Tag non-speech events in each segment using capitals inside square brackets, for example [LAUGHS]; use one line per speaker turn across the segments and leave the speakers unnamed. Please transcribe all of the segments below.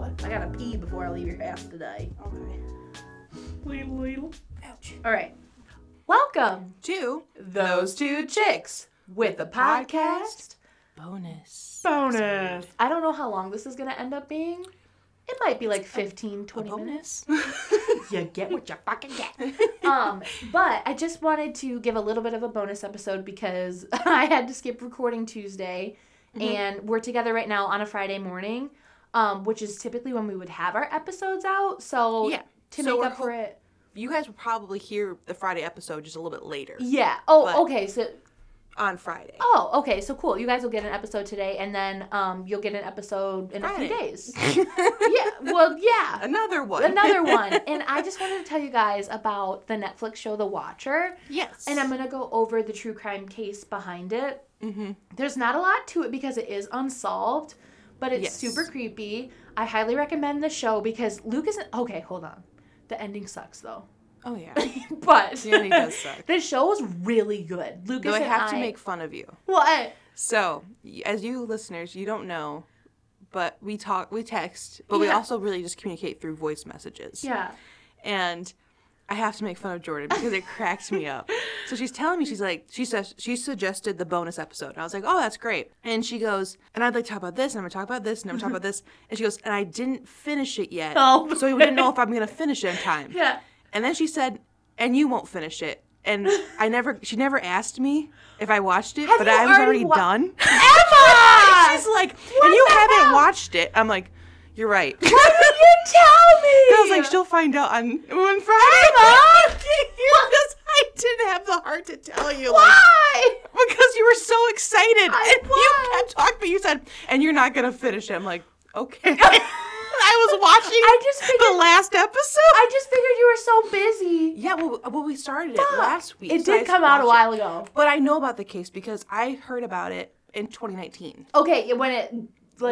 I gotta pee before I leave your house today.
Okay.
Little, little.
Ouch.
All right. Welcome,
Two.
those two chicks with a podcast.
Bonus.
Bonus.
I don't know how long this is gonna end up being. It might be like 15, 20 minutes. You get what you fucking get. um, but I just wanted to give a little bit of a bonus episode because [LAUGHS] I had to skip recording Tuesday,
Mm-hmm.
and we're together right now on a Friday morning, um, which is typically when we would have our episodes out. So
Yeah.
to
So
make
we're
up for it.
You guys will probably hear the Friday episode just a little bit later
Yeah. Oh,
But-
okay. So
on Friday. [LAUGHS]
oh, okay. So cool. You guys will get an episode today, and then um, you'll get an episode in a few
Friday.
days. yeah. Well, yeah.
[LAUGHS] Another one.
Another one. And I just wanted to tell you guys about the Netflix show The Watcher.
yes.
And I'm going to go over the true crime case behind it.
Mhm.
There's not a lot to it because it is unsolved, but it's
Yes.
super creepy. I highly recommend the show because Luke isn't. Okay, hold on. The ending sucks though.
[LAUGHS]
[LAUGHS]
Oh yeah.
But
The ending does suck.
[LAUGHS] the show was really good. Lucas
Though I
and
have
I,
to make fun of you.
what?
So, y- as you listeners, you don't know, but we talk, we text, but we
Yeah.
also really just communicate through voice messages.
Yeah.
and I have to make fun of Jordan because it cracks me up. So she's telling me she's like she says she suggested the bonus episode. And I was like, "Oh, that's great." And she goes, "And I'd like to talk about this, and I'm going to talk about this, and I'm going to talk about this." And she goes, "And I didn't finish it yet."
Oh.
So we didn't know if I'm going to finish it in time.
Yeah.
And then she said, "And you won't finish it." And I never she never asked me if I watched it,
Have
but
you
I was
already
already
wa-
done.
[LAUGHS] Emma!
she's like,
What
"And you
the
haven't
hell?
watched it." I'm like, "You're right."
Why
[LAUGHS]
did you tell me?
I was like, she'll find out on on Friday. [LAUGHS] because I didn't have the heart to tell you. Like,
Why?
because you were so excited.
I
and
was.
you kept talking, but you said, and you're not going to finish it. I'm like,
[LAUGHS]
okay. I was watching
I just figured-
the last episode.
I just figured you were so busy.
yeah, well, well, we started it
Fuck.
last week.
It
so I
did come out a
watched
while ago.
it. But I know about the case because I heard about it in 2019.
Okay, it- when it like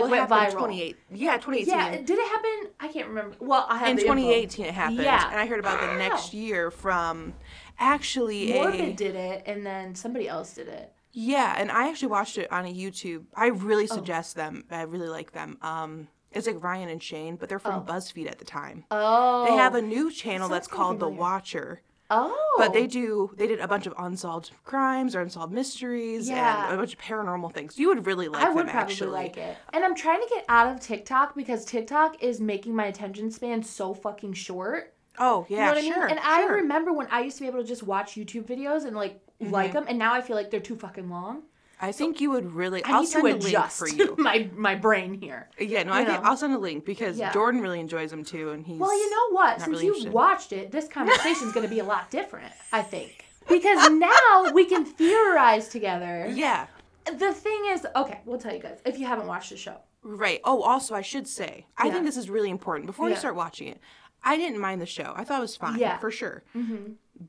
Well, it
went
happened
viral.
in 28 yeah, 2018.
Yeah, did it happen? I can't remember. Well, I have
in
the info.
2018 it happened
Yeah.
and i heard about the next year from actually
Morbid
a,
did it, and then somebody else did it.
yeah and i actually watched it on a youtube i
Oh.
really suggest them i really like them um it's like ryan and shane but they're from buzzfeed at the time
Oh,
they have a new channel
sounds
that's called the
familiar.
watcher
oh,
but they do they did a bunch of unsolved crimes or unsolved mysteries
Yeah.
and a bunch of paranormal things you would really like
I
them
would probably
actually
like it. And I'm trying to get out of TikTok because TikTok is making my attention span so fucking short.
oh
You
yeah
know what
sure
I mean?
sure.
And
Mm-hmm.
I remember when I used to be able to just watch YouTube videos and like like them, and now I feel like they're too fucking long.
I think you would really
I
will
need
send
to
a link
adjust
for you
[LAUGHS] my my brain here.
Yeah, no,
you
I think
know?
I'll send a link because
Yeah.
Jordan really enjoys them too, and he's
Well, you know what?
not
Since
really
you
interested.
watched it, this conversation's going to be a lot different, I
[LAUGHS]
think. Because now we can theorize together.
yeah,
The thing is, okay, we'll tell you guys if you haven't watched the show.
right. Oh, also, I should say, I
Yeah.
think this is really important. Before
Yeah.
you start watching it, I didn't mind the show. I thought it was fine,
Yeah. Mm-hmm.
for sure.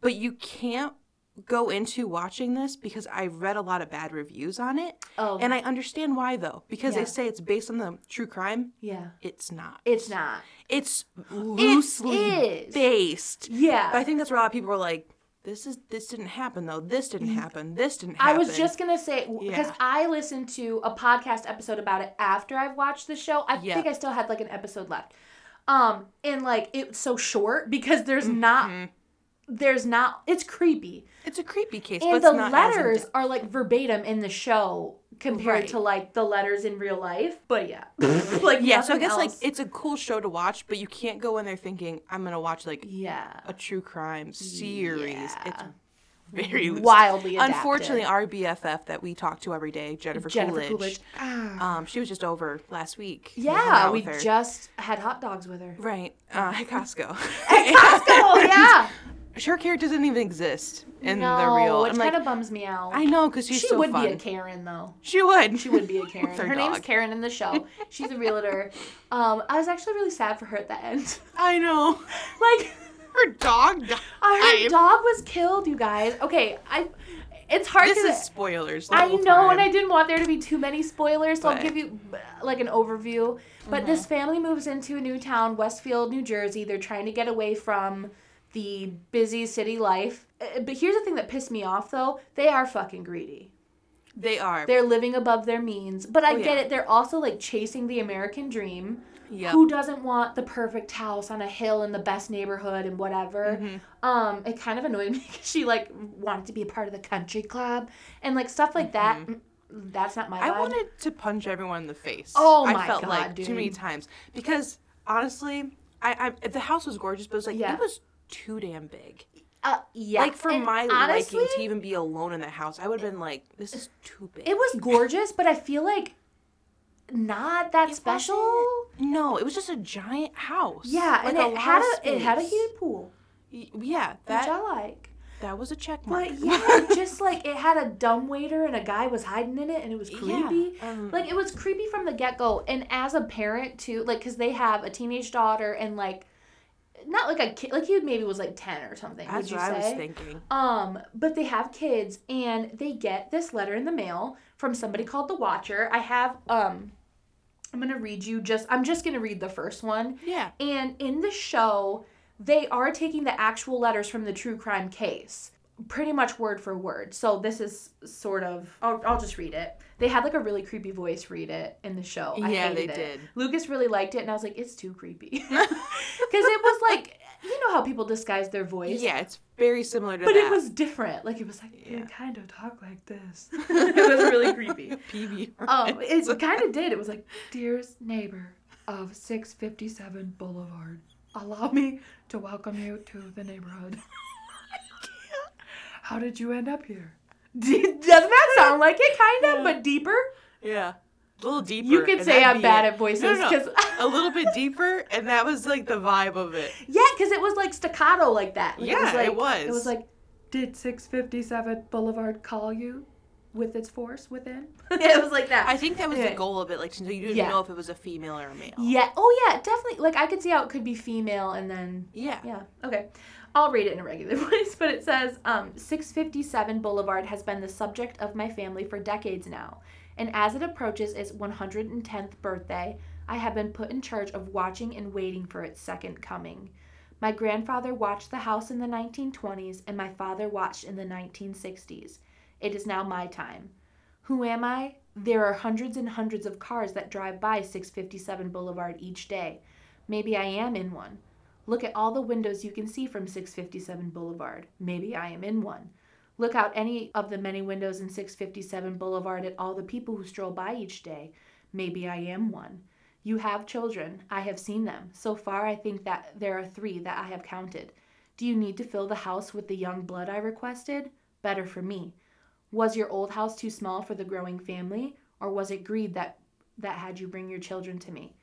But you can't go into watching this because I read a lot of bad reviews on it,
Oh.
and I understand why though, because
Yeah.
they say it's based on the true crime.
Yeah.
It's not.
It's not.
It's loosely
is.
based.
Yeah.
But I think that's where a lot of people are like, this is this didn't happen though. This didn't happen. This didn't
Mm. I
happen.
was just going to say, because
Yeah.
I listened to a podcast episode about it after I've watched the show. I
Yeah.
think I still had like an episode left. Um, and like it's so short because there's
Mm-hmm.
not, there's not, it's creepy.
It's a creepy case,
and
but
the
it's not as
letters
in-depth.
are like verbatim in the show compared
Right.
to like the letters in real life. But
[LAUGHS]
yeah, like
Yeah, so I
nothing
guess like
else.
it's a cool show to watch, but you can't go in there thinking I'm gonna watch like
yeah,
a true crime series. It's
Yeah.
very loose.
wildly adapted.
Unfortunately, our BFF that we talk to every day, Jennifer,
Jennifer
Coolidge,
Coolidge. Ah.
um, she was just over last week. We hung
yeah,
out
we
with her.
just had hot dogs with her.
right uh, at Costco.
[LAUGHS]
[LAUGHS]
oh yeah,
her character doesn't even exist [LAUGHS] in
no,
the real.
which
I'm like,
kind of bums me out.
I know because she's
she
so
would
fun.
be a Karen though.
she would. [LAUGHS]
She would be a Karen.
her
her name's
dog.
Karen in
[LAUGHS]
the show. She's a realtor. Um, I was actually really sad for her at the end. [LAUGHS]
I know. [LAUGHS]
Like.
Her dog. Died.
Our dog was killed, you guys. Okay, I. It's hard
This
to.
is spoilers. the
I
whole
know,
time.
and I didn't want there to be too many spoilers, so I'll
But-
give you uh, like an overview. But this family moves into a new town, Westfield, New Jersey. They're trying to get away from the busy city life. Uh, But here's the thing that pissed me off, though: they are fucking greedy.
They are.
They're living above their means. But I
Oh,
get
yeah.
it. They're also like chasing the American dream.
Yep.
Who doesn't want the perfect house on a hill in the best neighborhood and whatever?
Mm-hmm.
Um, it kind of annoyed [LAUGHS] me 'cause she like wanted to be a part of the country club and like stuff like that. Mm, That's not my.
Mm-hmm. I
vibe.
wanted to punch everyone in the face.
Oh my
I felt
God,
like too many
dude.
times because honestly, I, I the house was gorgeous, but it was like
Yeah.
it was too damn big.
Uh, yeah.
Like for
And
my
honestly,
liking to even be alone in the house, I would have been like, this is too big.
it was gorgeous, but I feel like not that special.
no, it was just a giant house.
Yeah,
Like,
and
a
it
lot
had
of
a it had a
space.
heated pool,
Y- Yeah,
which I
that
like.
that was a check mark. [LAUGHS]
But yeah, just like it had a dumb waiter and a guy was hiding in it, and it was
Yeah,
creepy.
um,
like it was creepy from the get go. And as a parent too, like because they have a teenage daughter and like not like a kid, like he maybe was like ten or something.
That's
would you
what I was
say?
thinking.
Um, but they have kids and they get this letter in the mail from somebody called the Watcher. I have um I'm going to read you just I'm just going to read the first one.
Yeah.
And in the show, they are taking the actual letters from the true crime case, pretty much word for word. So this is sort of I'll, I'll just read it. They had like a really creepy voice read it in the show. I
Yeah,
hated
they
it.
did.
Lucas really liked it, and I was like, it's too
[LAUGHS]
creepy [LAUGHS] because it was like you know how people disguise their voice.
Yeah, it's very similar to
But
that. [LAUGHS]
it was [LAUGHS] different. Like it was like
You
Yeah.
kind of talk like
[LAUGHS]
this.
it was really creepy.
PB. [LAUGHS]
[LAUGHS] Um, it kind of did. It was like,
Dearest neighbor of 657 Boulevard, allow me to welcome you to the
[LAUGHS]
neighborhood. How did you end up here?
[LAUGHS] doesn't that sound like it? Kind of, but deeper.
Yeah. A little deeper.
You could
and
say
that'd
I'm
be
bad
it.
at voices
No, no, no.
because
[LAUGHS] a little bit deeper, and that was like the vibe of it.
[LAUGHS] Yeah, because it was like staccato like that. Like,
Yeah,
was like,
it was.
It was like
Did 657 Boulevard call you with its force within?
[LAUGHS] it was
[LAUGHS]
like that.
I think that was
Okay.
the goal of it, like so you didn't
Yeah.
know if it was a female or a male.
yeah. Oh yeah, definitely. Like I could see how it could be female and then
Yeah.
yeah. Okay. I'll read it in a regular [LAUGHS] voice, but it says um, 657 Boulevard has been the subject of my family for decades now. And as it approaches its 110th birthday, I have been put in charge of watching and waiting for its second coming. My grandfather watched the house in the 1920s, and my father watched in the 1960s. It is now my time. Who am I? There are hundreds and hundreds of cars that drive by 657 Boulevard each day. Maybe I am in one. Look at all the windows you can see from 657 Boulevard. Maybe I am in one. Look out any of the many windows in 657 Boulevard at all the people who stroll by each day. Maybe I am one. You have children. I have seen them. So far, I think that there are three that I have counted. Do you need to fill the house with the young blood I requested? Better for me. Was your old house too small for the growing family, or was it greed that, that had you bring your children to me?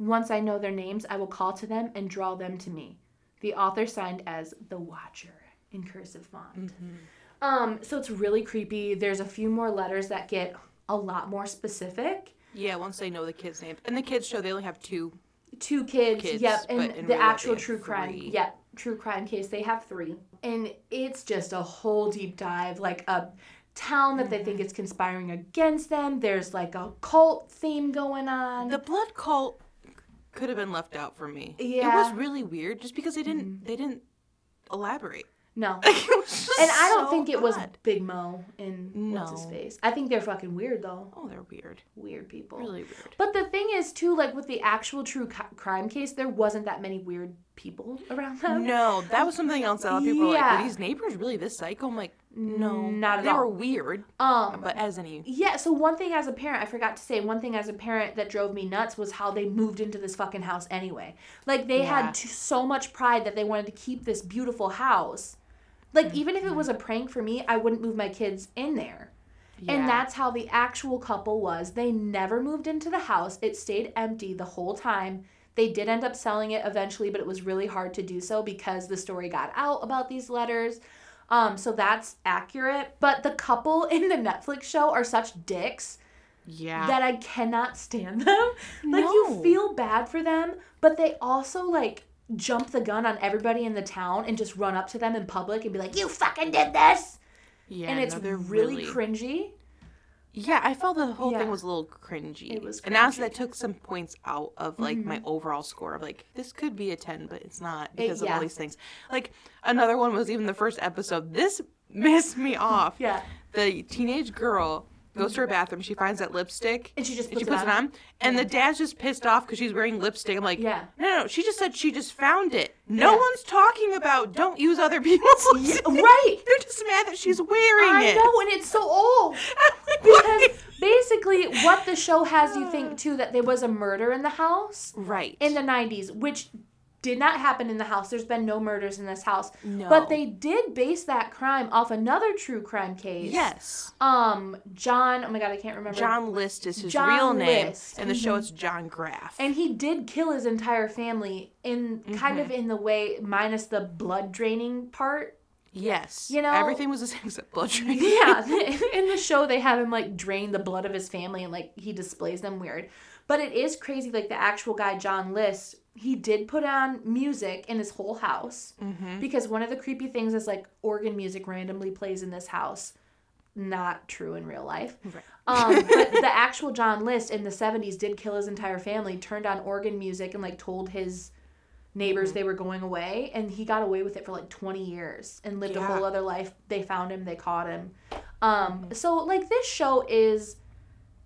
Once I know their names, I will call to them and draw them to me. The author signed as The Watcher in cursive font.
Mm-hmm.
Um, so it's really creepy. There's a few more letters that get a lot more specific.
Yeah, once they know the kids' name. And the kids show they only have two.
Two kids,
Kids,
yep,
but in
and
real
the
life
actual
they have
true crime,
three.
yep, true crime case. They have three, and it's just a whole deep dive, like a town that they
Mm-hmm.
think is conspiring against them. There's like a cult theme going on.
The blood cult could have been left out for me. It
Yeah. Mm-hmm.
was really weird just because they didn't they didn't elaborate. [LAUGHS]
no,
Like, it was just
And I don't
so
think it was
odd.
Big Mo in what's his
No.
face. I think they're fucking weird though.
Oh, they're weird.
Weird people.
Really weird.
But the thing is too, like with the actual true co- crime case, there wasn't that many weird people around them.
No, that was something else. that A lot of people were like,
Yeah.
were these neighbors really this psycho? I'm like, no.
Not at
they
all.
were weird,
Um.
but as any.
yeah. So one thing as a parent, I forgot to say one thing as a parent that drove me nuts was how they moved into this fucking house anyway. Like they
Yeah.
had t- so much pride that they wanted to keep this beautiful house. Like
Mm,
even if it was a prank for me, I wouldn't move my kids in there.
Yeah.
And that's how the actual couple was. They never moved into the house. It stayed empty the whole time. They did end up selling it eventually, but it was really hard to do so because the story got out about these letters. Um, so that's accurate. But the couple [LAUGHS] in the Netflix show are such dicks
Yeah.
that I cannot stand them. [LAUGHS] Like you
No.
feel bad for them, but they also like jump the gun on everybody in the town and just run up to them in public and be like, "You fucking did this,"
yeah.
and it's
no, they're
really cringy.
Yeah, I felt the whole
Yeah.
thing was a little cringy.
It was Mm-hmm.
And honestly, that took some points out of like my overall score of like this could be a ten, but it's not because of
yeah.
all these things. Like another [LAUGHS] one was even the first episode. This missed me off.
Yeah.
The teenage girl goes to her bathroom. She finds that lipstick.
And she just
and
puts,
she puts it on. And the dad's just pissed off because she's wearing lipstick. I'm like,
Yeah.
no, no, no, she just said she just found it. No
Yeah.
one's talking about don't use other [LAUGHS] people's
Yeah,
lipstick.
right.
They're just mad that she's wearing
I
it. [LAUGHS]
know, and it's so old. [LAUGHS] Because basically, what the show has
[SIGHS]
you think too that there was a murder in the house
right.
in the 90s, which did not happen in the house. There's been no murders in this house.
No.
But they did base that crime off another true crime case.
yes.
Um, John, oh my god, I can't remember.
John List is his
John
real name.
List. Mm-hmm.
In the show, it's John Graff.
And he did kill his entire family in kind
Mm-hmm.
of in the way minus the blood draining part.
yes.
You know-
everything was the same except blood drink.
[LAUGHS] Yeah, in the show they have him like drain the blood of his family and like he displays them weird. But it is crazy like the actual guy John List, he did put on music in his whole house because one of the creepy things is like organ music randomly plays in this house. Not true in real life.
[LAUGHS]
Um, but the actual John List in the 70s did kill his entire family, turned on organ music and like told his
Mm.
neighbors they were going away and he got away with it for like 20 years and lived a
Yeah. Mm-hmm.
whole other life they found him they caught him um so like this show is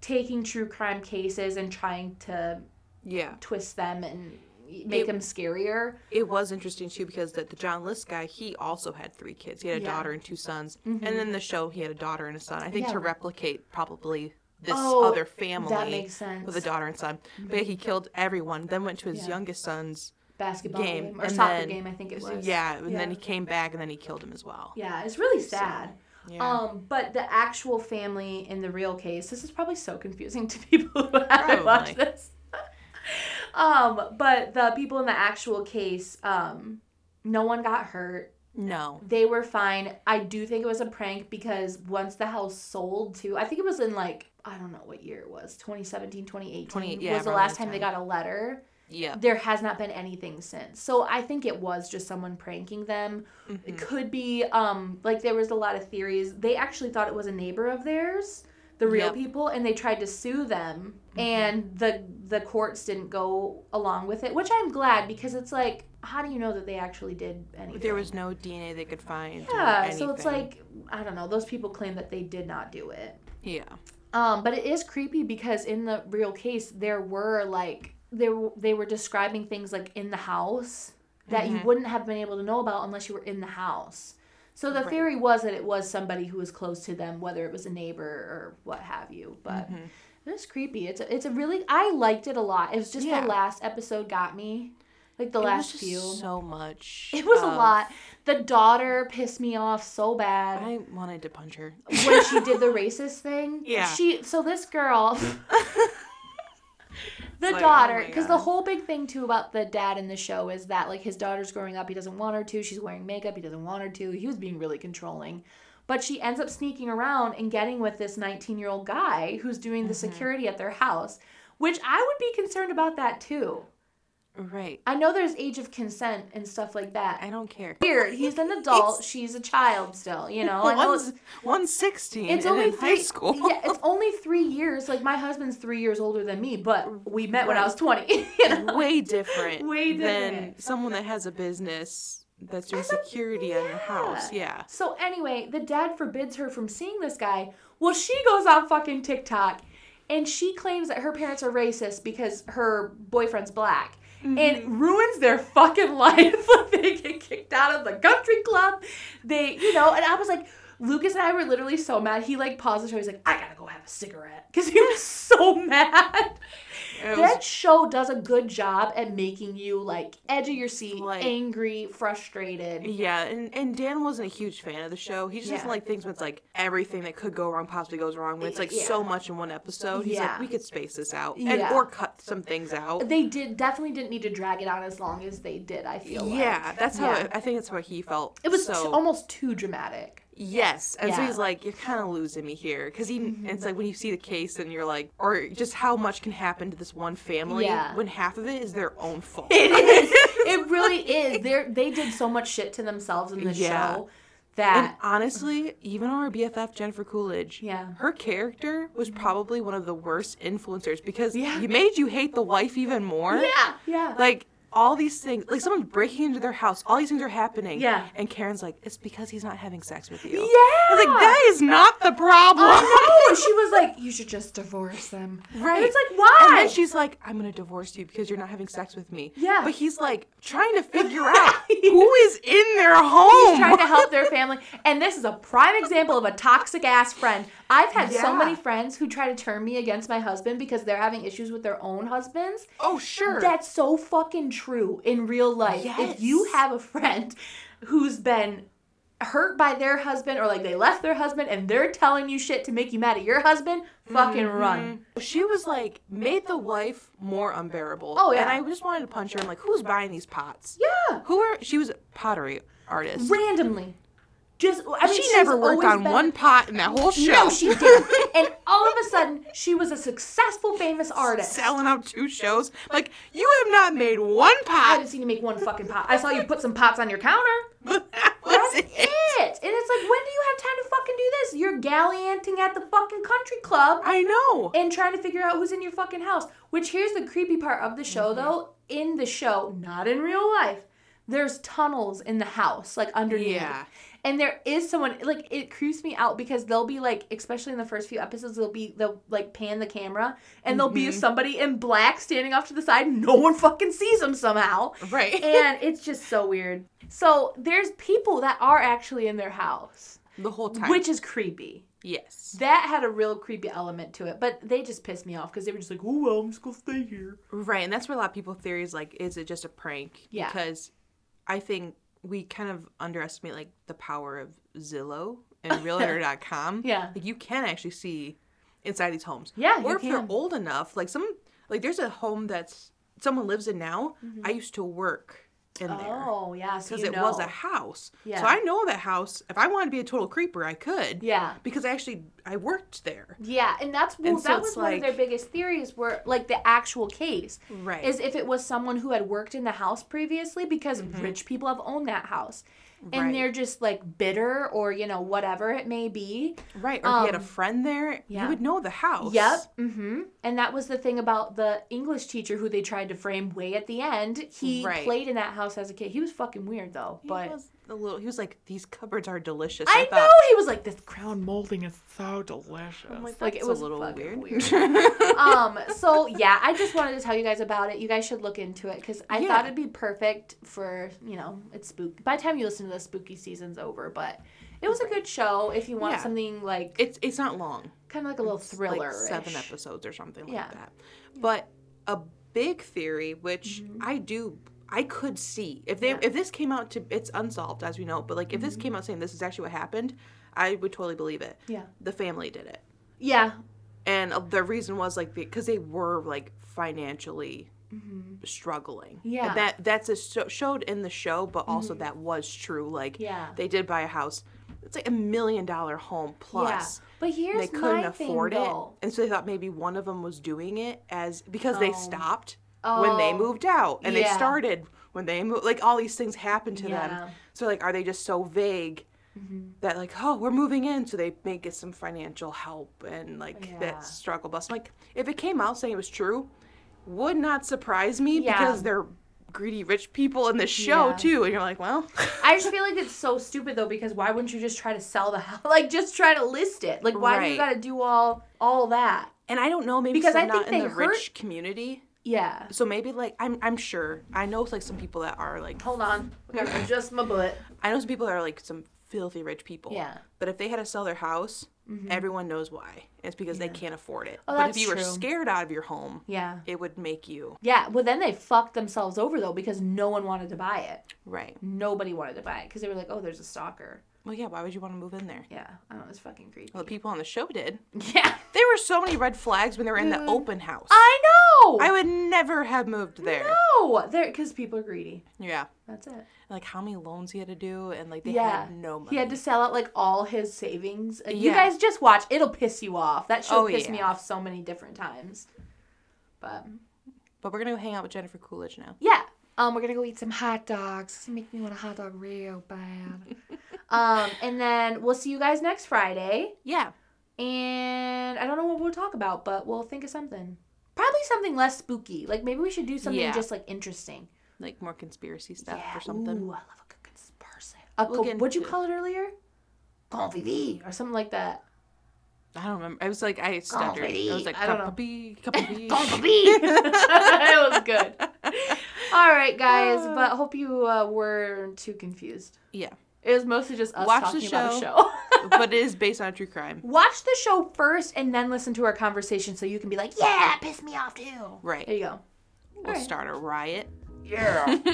taking true crime cases and trying to
yeah.
twist them and make
It-
them scarier
It was interesting too because that the John List guy, he also had three kids. He had a
Yeah. Mm-hmm.
daughter and two sons. And then the show, he had a daughter and a son. I think
Yeah.
to replicate probably this
Oh,
other family
that makes sense Mm-hmm.
with a daughter and son. But he killed everyone. Then went to his
Yeah.
youngest son's
basketball
game,
game, or
and
soccer
then-
game i think it was
Yeah, and then
Yeah.
he came back and then he killed him as well.
yeah it's really sad
yeah.
Um, but the actual family in the real case, this is probably so confusing [LAUGHS] to people who haven't watched
Probably.
this. [LAUGHS] um, but the people in the actual case, um, no one got hurt.
No.
They were fine. I do think it was a prank because once the house sold to, I think it was in like, I don't know what year it was, 2017, 2018
20 yeah,
was the
around
last
that
time they got a letter.
Yeah.
There has not been anything since. So I think it was just someone pranking them.
Mm-hmm.
It could be um like there was a lot of theories. They actually thought it was a neighbor of theirs, the real
Yep. Mm-hmm.
people, and they tried to sue them and the the courts didn't go along with it, which I'm glad because it's like how do you know that they actually did anything?
There was no DNA they could find. or
yeah, so it's
anything.
like I don't know. Those people claim that they did not do it.
Yeah.
Um, but it is creepy because in the real case, there were like there w- they were describing things like in the house that
Mm-hmm.
you wouldn't have been able to know about unless you were in the house. So the
Right.
theory was that it was somebody who was close to them, whether it was a neighbor or what have you. But
Mm-hmm.
it's creepy. It's a, it's a really I liked it a lot. It was just
Yeah.
the last episode got me, like the
It was
last
just
few.
so much. um,
it was
of-
a lot. The daughter pissed me off so bad
I wanted to punch her.
when she did the racist thing.
[LAUGHS] Yeah.
She so this girl the
Like, oh
daughter
my
because the
God.
whole big thing too about the dad in the show is that like his daughter's growing up, he doesn't want her to, she's wearing makeup, he doesn't want her to. He was being really controlling. But she ends up sneaking around and getting with this 19-year-old guy who's doing the
Mm-hmm.
security at their house, which I would be concerned about that too.
Right.
I know there's age of consent and stuff like that.
I don't care.
Weird. He's
[LAUGHS]
an adult. She's a child still. You know. I know it's-
One's, one's 16
it's
and
only
in
three,
high school.
Yeah,
[LAUGHS]
it's only three years. Like my husband's three years older than me, but we met when I was twenty. [LAUGHS] you know?
Way different
Way
than
different.
someone that has a business that's doing
As a-
security in the house. Yeah.
So anyway, the dad forbids her from seeing this guy. Well, she goes on fucking TikTok, and she claims that her parents are racist because her boyfriend's black.
Mm-hmm.
And ruins their fucking [LAUGHS] life. they get kicked out of the country club. They, you know, and I was like, Lucas and I were literally so mad. He like paused the show. He's like, I gotta go have a cigarette because he was so [LAUGHS] mad.
It was
that show does a good job at making you like edge of your seat,
Like-
angry, frustrated.
Yeah, and, and Dan wasn't a huge fan of the show. He just doesn't
Yeah.
like things when it's like everything that could go wrong possibly goes wrong. When it's like
Yeah.
so much in one episode, he's like,
Yeah.
we could space this out and
Yeah.
or cut some things out.
They did definitely didn't need to drag it on as long as they did. I feel like.
Yeah, that's how
Yeah.
I think that's how he felt.
it was
so,
too- almost too dramatic.
[LAUGHS] yes, and so
Yeah. Mm-hmm.
he's like, you're kind of losing me here because he. It's like when you see the case and you're like, or just how much can happen to this one family
Yeah.
when half of it is their own fault.
It is. it really is. They they did so much shit to themselves in the
Yeah.
show
And
that
honestly, even our BFF Jennifer Coolidge,
Yeah. Mm-hmm.
her character was probably one of the worst influencers because
Yeah.
he made you hate the wife even more.
yeah yeah
Like all these things. Like someone's breaking into their house. All these things are happening.
Yeah.
And Karen's like, it's because he's not having sex with you.
Yeah.
I was like, that is not the problem.
I
[LAUGHS]
know. She was like,
You should just divorce them.
Right.
And it's like, why?
And then she's like, I'm gonna divorce you because you're not having sex with me.
Yeah.
But he's like trying to
[LAUGHS]
figure out who is in their home. [LAUGHS]
He's trying to help their family. And this is a prime example of a toxic ass friend. I've had so
Yeah.
many friends who try to turn me against my husband because they're having issues with their own husbands.
Oh sure.
That's so fucking true in real life. If you
Yes.
have a friend who's been hurt by their husband or like they left their husband and they're telling you shit to make you mad at your husband, fucking
Mm-hmm.
run.
she was like made the wife more unbearable.
Oh, yeah.
And I just wanted to punch her. I'm like, who's buying these pots?
Yeah.
Who are? She was a pottery artist.
Randomly. Just I mean,
she
she's
never worked
always
on
been-
one pot in that whole show.
No, she didn't. and all of a sudden, she was a successful, famous artist.
[LAUGHS] selling out two shows. Like you have not made one
I
pot.
didn't see you make one fucking pot. I saw you put some pots on your counter.
But that
That's
was
it.
it.
And it's like, when do you have time to fucking do this? You're gallianting at the fucking country club
I know.
and trying to figure out who's in your fucking house. Which here's the creepy part of the show, though. In the show, not in real life, there's tunnels in the house, like underneath.
Yeah.
And there is someone like it creeps me out because they'll be like, especially in the first few episodes, they'll be they'll like pan the camera and there'll be somebody in black standing off to the side. and No one fucking sees them somehow
Right.
and it's just so weird. So there's people that are actually in their house,
the whole time.
which is creepy.
yes.
That had a real creepy element to it, but they just pissed me off because they were just like, "Oh well, I'm just gonna stay here."
Right, and that's where a lot of people theories like, is it just a prank?
Yeah.
Because I think we kind of underestimate like the power of Zillow
[LAUGHS]
and Realtor.com.
Yeah.
Like you can actually see inside these homes.
Yeah, you
Or if they're
can.
old enough, like some like there's a home that's someone lives in now. I used to work in there.
Mm-hmm. Oh yeah, so
Because
you
it was
know.
a house.
Yeah.
So I know that house. If I wanted to be a total creeper, I could.
yeah.
Because I actually I worked there.
Yeah, and that's well,
And so
that
it's
was one of their
like-
biggest theories were like the actual case.
Right.
Is if it was someone who had worked in the house previously because rich people have owned that house. And
Mm-hmm. Right.
they're just like bitter or, you know, whatever it may be.
Right. Or if you had a friend there,
um, yeah.
you would know the house.
Yep. Mm-hmm. And that was the thing about the English teacher who they tried to frame way at the end. He
Right.
played in that house as a kid. He was fucking weird though.
he
But
was a little. He was like, "These cupboards are delicious."
I
thought,
know he was like this
Crown molding is so delicious.
I'm like,
Like, it
"That's
was
a little
fucking
weird.
weird.
[LAUGHS]
um so yeah i just wanted to tell you guys about it you guys should look into it because i
Yeah.
thought it'd be perfect for you know it's spook by the time you listen to this spooky season's over but it was a good show if you want
Yeah.
something like
it's it's not long.
kind of like a little
It's
thriller
like seven episodes or something
Yeah. Mm-hmm.
like that. But a big theory, which I do, I could see if they
Yeah. Mm-hmm.
if this came out to it's unsolved as we know, but like if this came out saying this is actually what happened, I would totally believe it.
Yeah.
The family did it,
yeah
and uh, the reason was like because they were like financially. struggling And
Mm-hmm. Yeah. Mm-hmm.
that that's a so- showed in the show but also that was true like
Yeah.
they did buy a house it's like a million dollar home plus
yeah but
and
here's
they couldn't
my
afford
thing,
it
though.
and so they thought maybe one of them was doing it as because they
Oh.
stopped when they
Oh.
moved out and they
Yeah.
started when they moved like all these things happened to
Yeah. Mm-hmm.
them so like are they just so vague that like oh we're moving in so they may get some financial help and like
Yeah.
that struggle bus like if it came out saying it was true would not surprise me
Yeah.
because they're greedy rich people in the show
Yeah.
too and you're like well
I just feel like it's so stupid though because why wouldn't you just try to sell the house? [LAUGHS] Like just try to list it. Like why do you
Right.
got to do all all that?
and i don't know maybe
Because
because
I
i'm
think
not in
they
the
hurt-
rich community
Yeah.
so maybe like i'm i'm sure i know like some people that are like
Hold on. I gotta adjust my butt.
I know some people that are like some filthy rich people.
Yeah. Mm-hmm.
But if they had to sell their house, everyone knows why. It's because they can't afford it.
Oh,
but
that's
if you were
true.
scared out of your home,
Yeah.
it would make you
Yeah. Well, then they fucked themselves over though because no one wanted to buy it.
right.
Nobody wanted to buy it because they were like, oh, there's a stalker.
Well, yeah. Why would you want to move in there?
Yeah. I don't know. It's fucking creepy.
Well, the people on the show did.
[LAUGHS] Yeah.
There were so many red flags when they were in
Mm.
the open house.
I know.
I would never have moved there.
know. There, because people are greedy.
Yeah.
That's it.
Like how many loans he had to do, and like they
yeah.
had no money.
He had to sell out like all his savings. Uh, You
Yeah.
guys just watch. It'll piss you off. That show
Oh,
pissed me
yeah.
off so many different times. But
But we're gonna go hang out with Jennifer Coolidge now.
yeah. Um, we're gonna
Go eat some hot dogs. This make me want a hot dog real
[LAUGHS]
bad.
um, and then we'll see you guys next Friday.
Yeah.
And I don't know what we'll talk about, but we'll think of something. Probably something less spooky. Like maybe we should do something
Yeah.
just like interesting.
like more conspiracy stuff
yeah.
or something.
Ooh, I love a good conspiracy. A
We'll
co-
get
what'd you
into it.
call it earlier? Convivi or something like that.
I don't remember. I was like, I stuttered. I was
baby.
like,
I don't know.
cup of bee, cup [LAUGHS] of bee.
Convivi. it was good. All right, guys, but hope you uh, weren't too confused.
Yeah,
It was mostly just us
Watch the
talking about a
show.
show. [LAUGHS]
but it is based on a true crime,
Watch the show first and then listen to our conversation so you can be like, yeah, piss me off too.
right?
There you go.
we'll
right.
start a riot.
Yeah.
All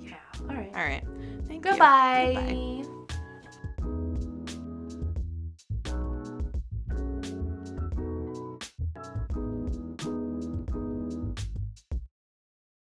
yeah. All right.
right. Thank you.
Goodbye.
Goodbye.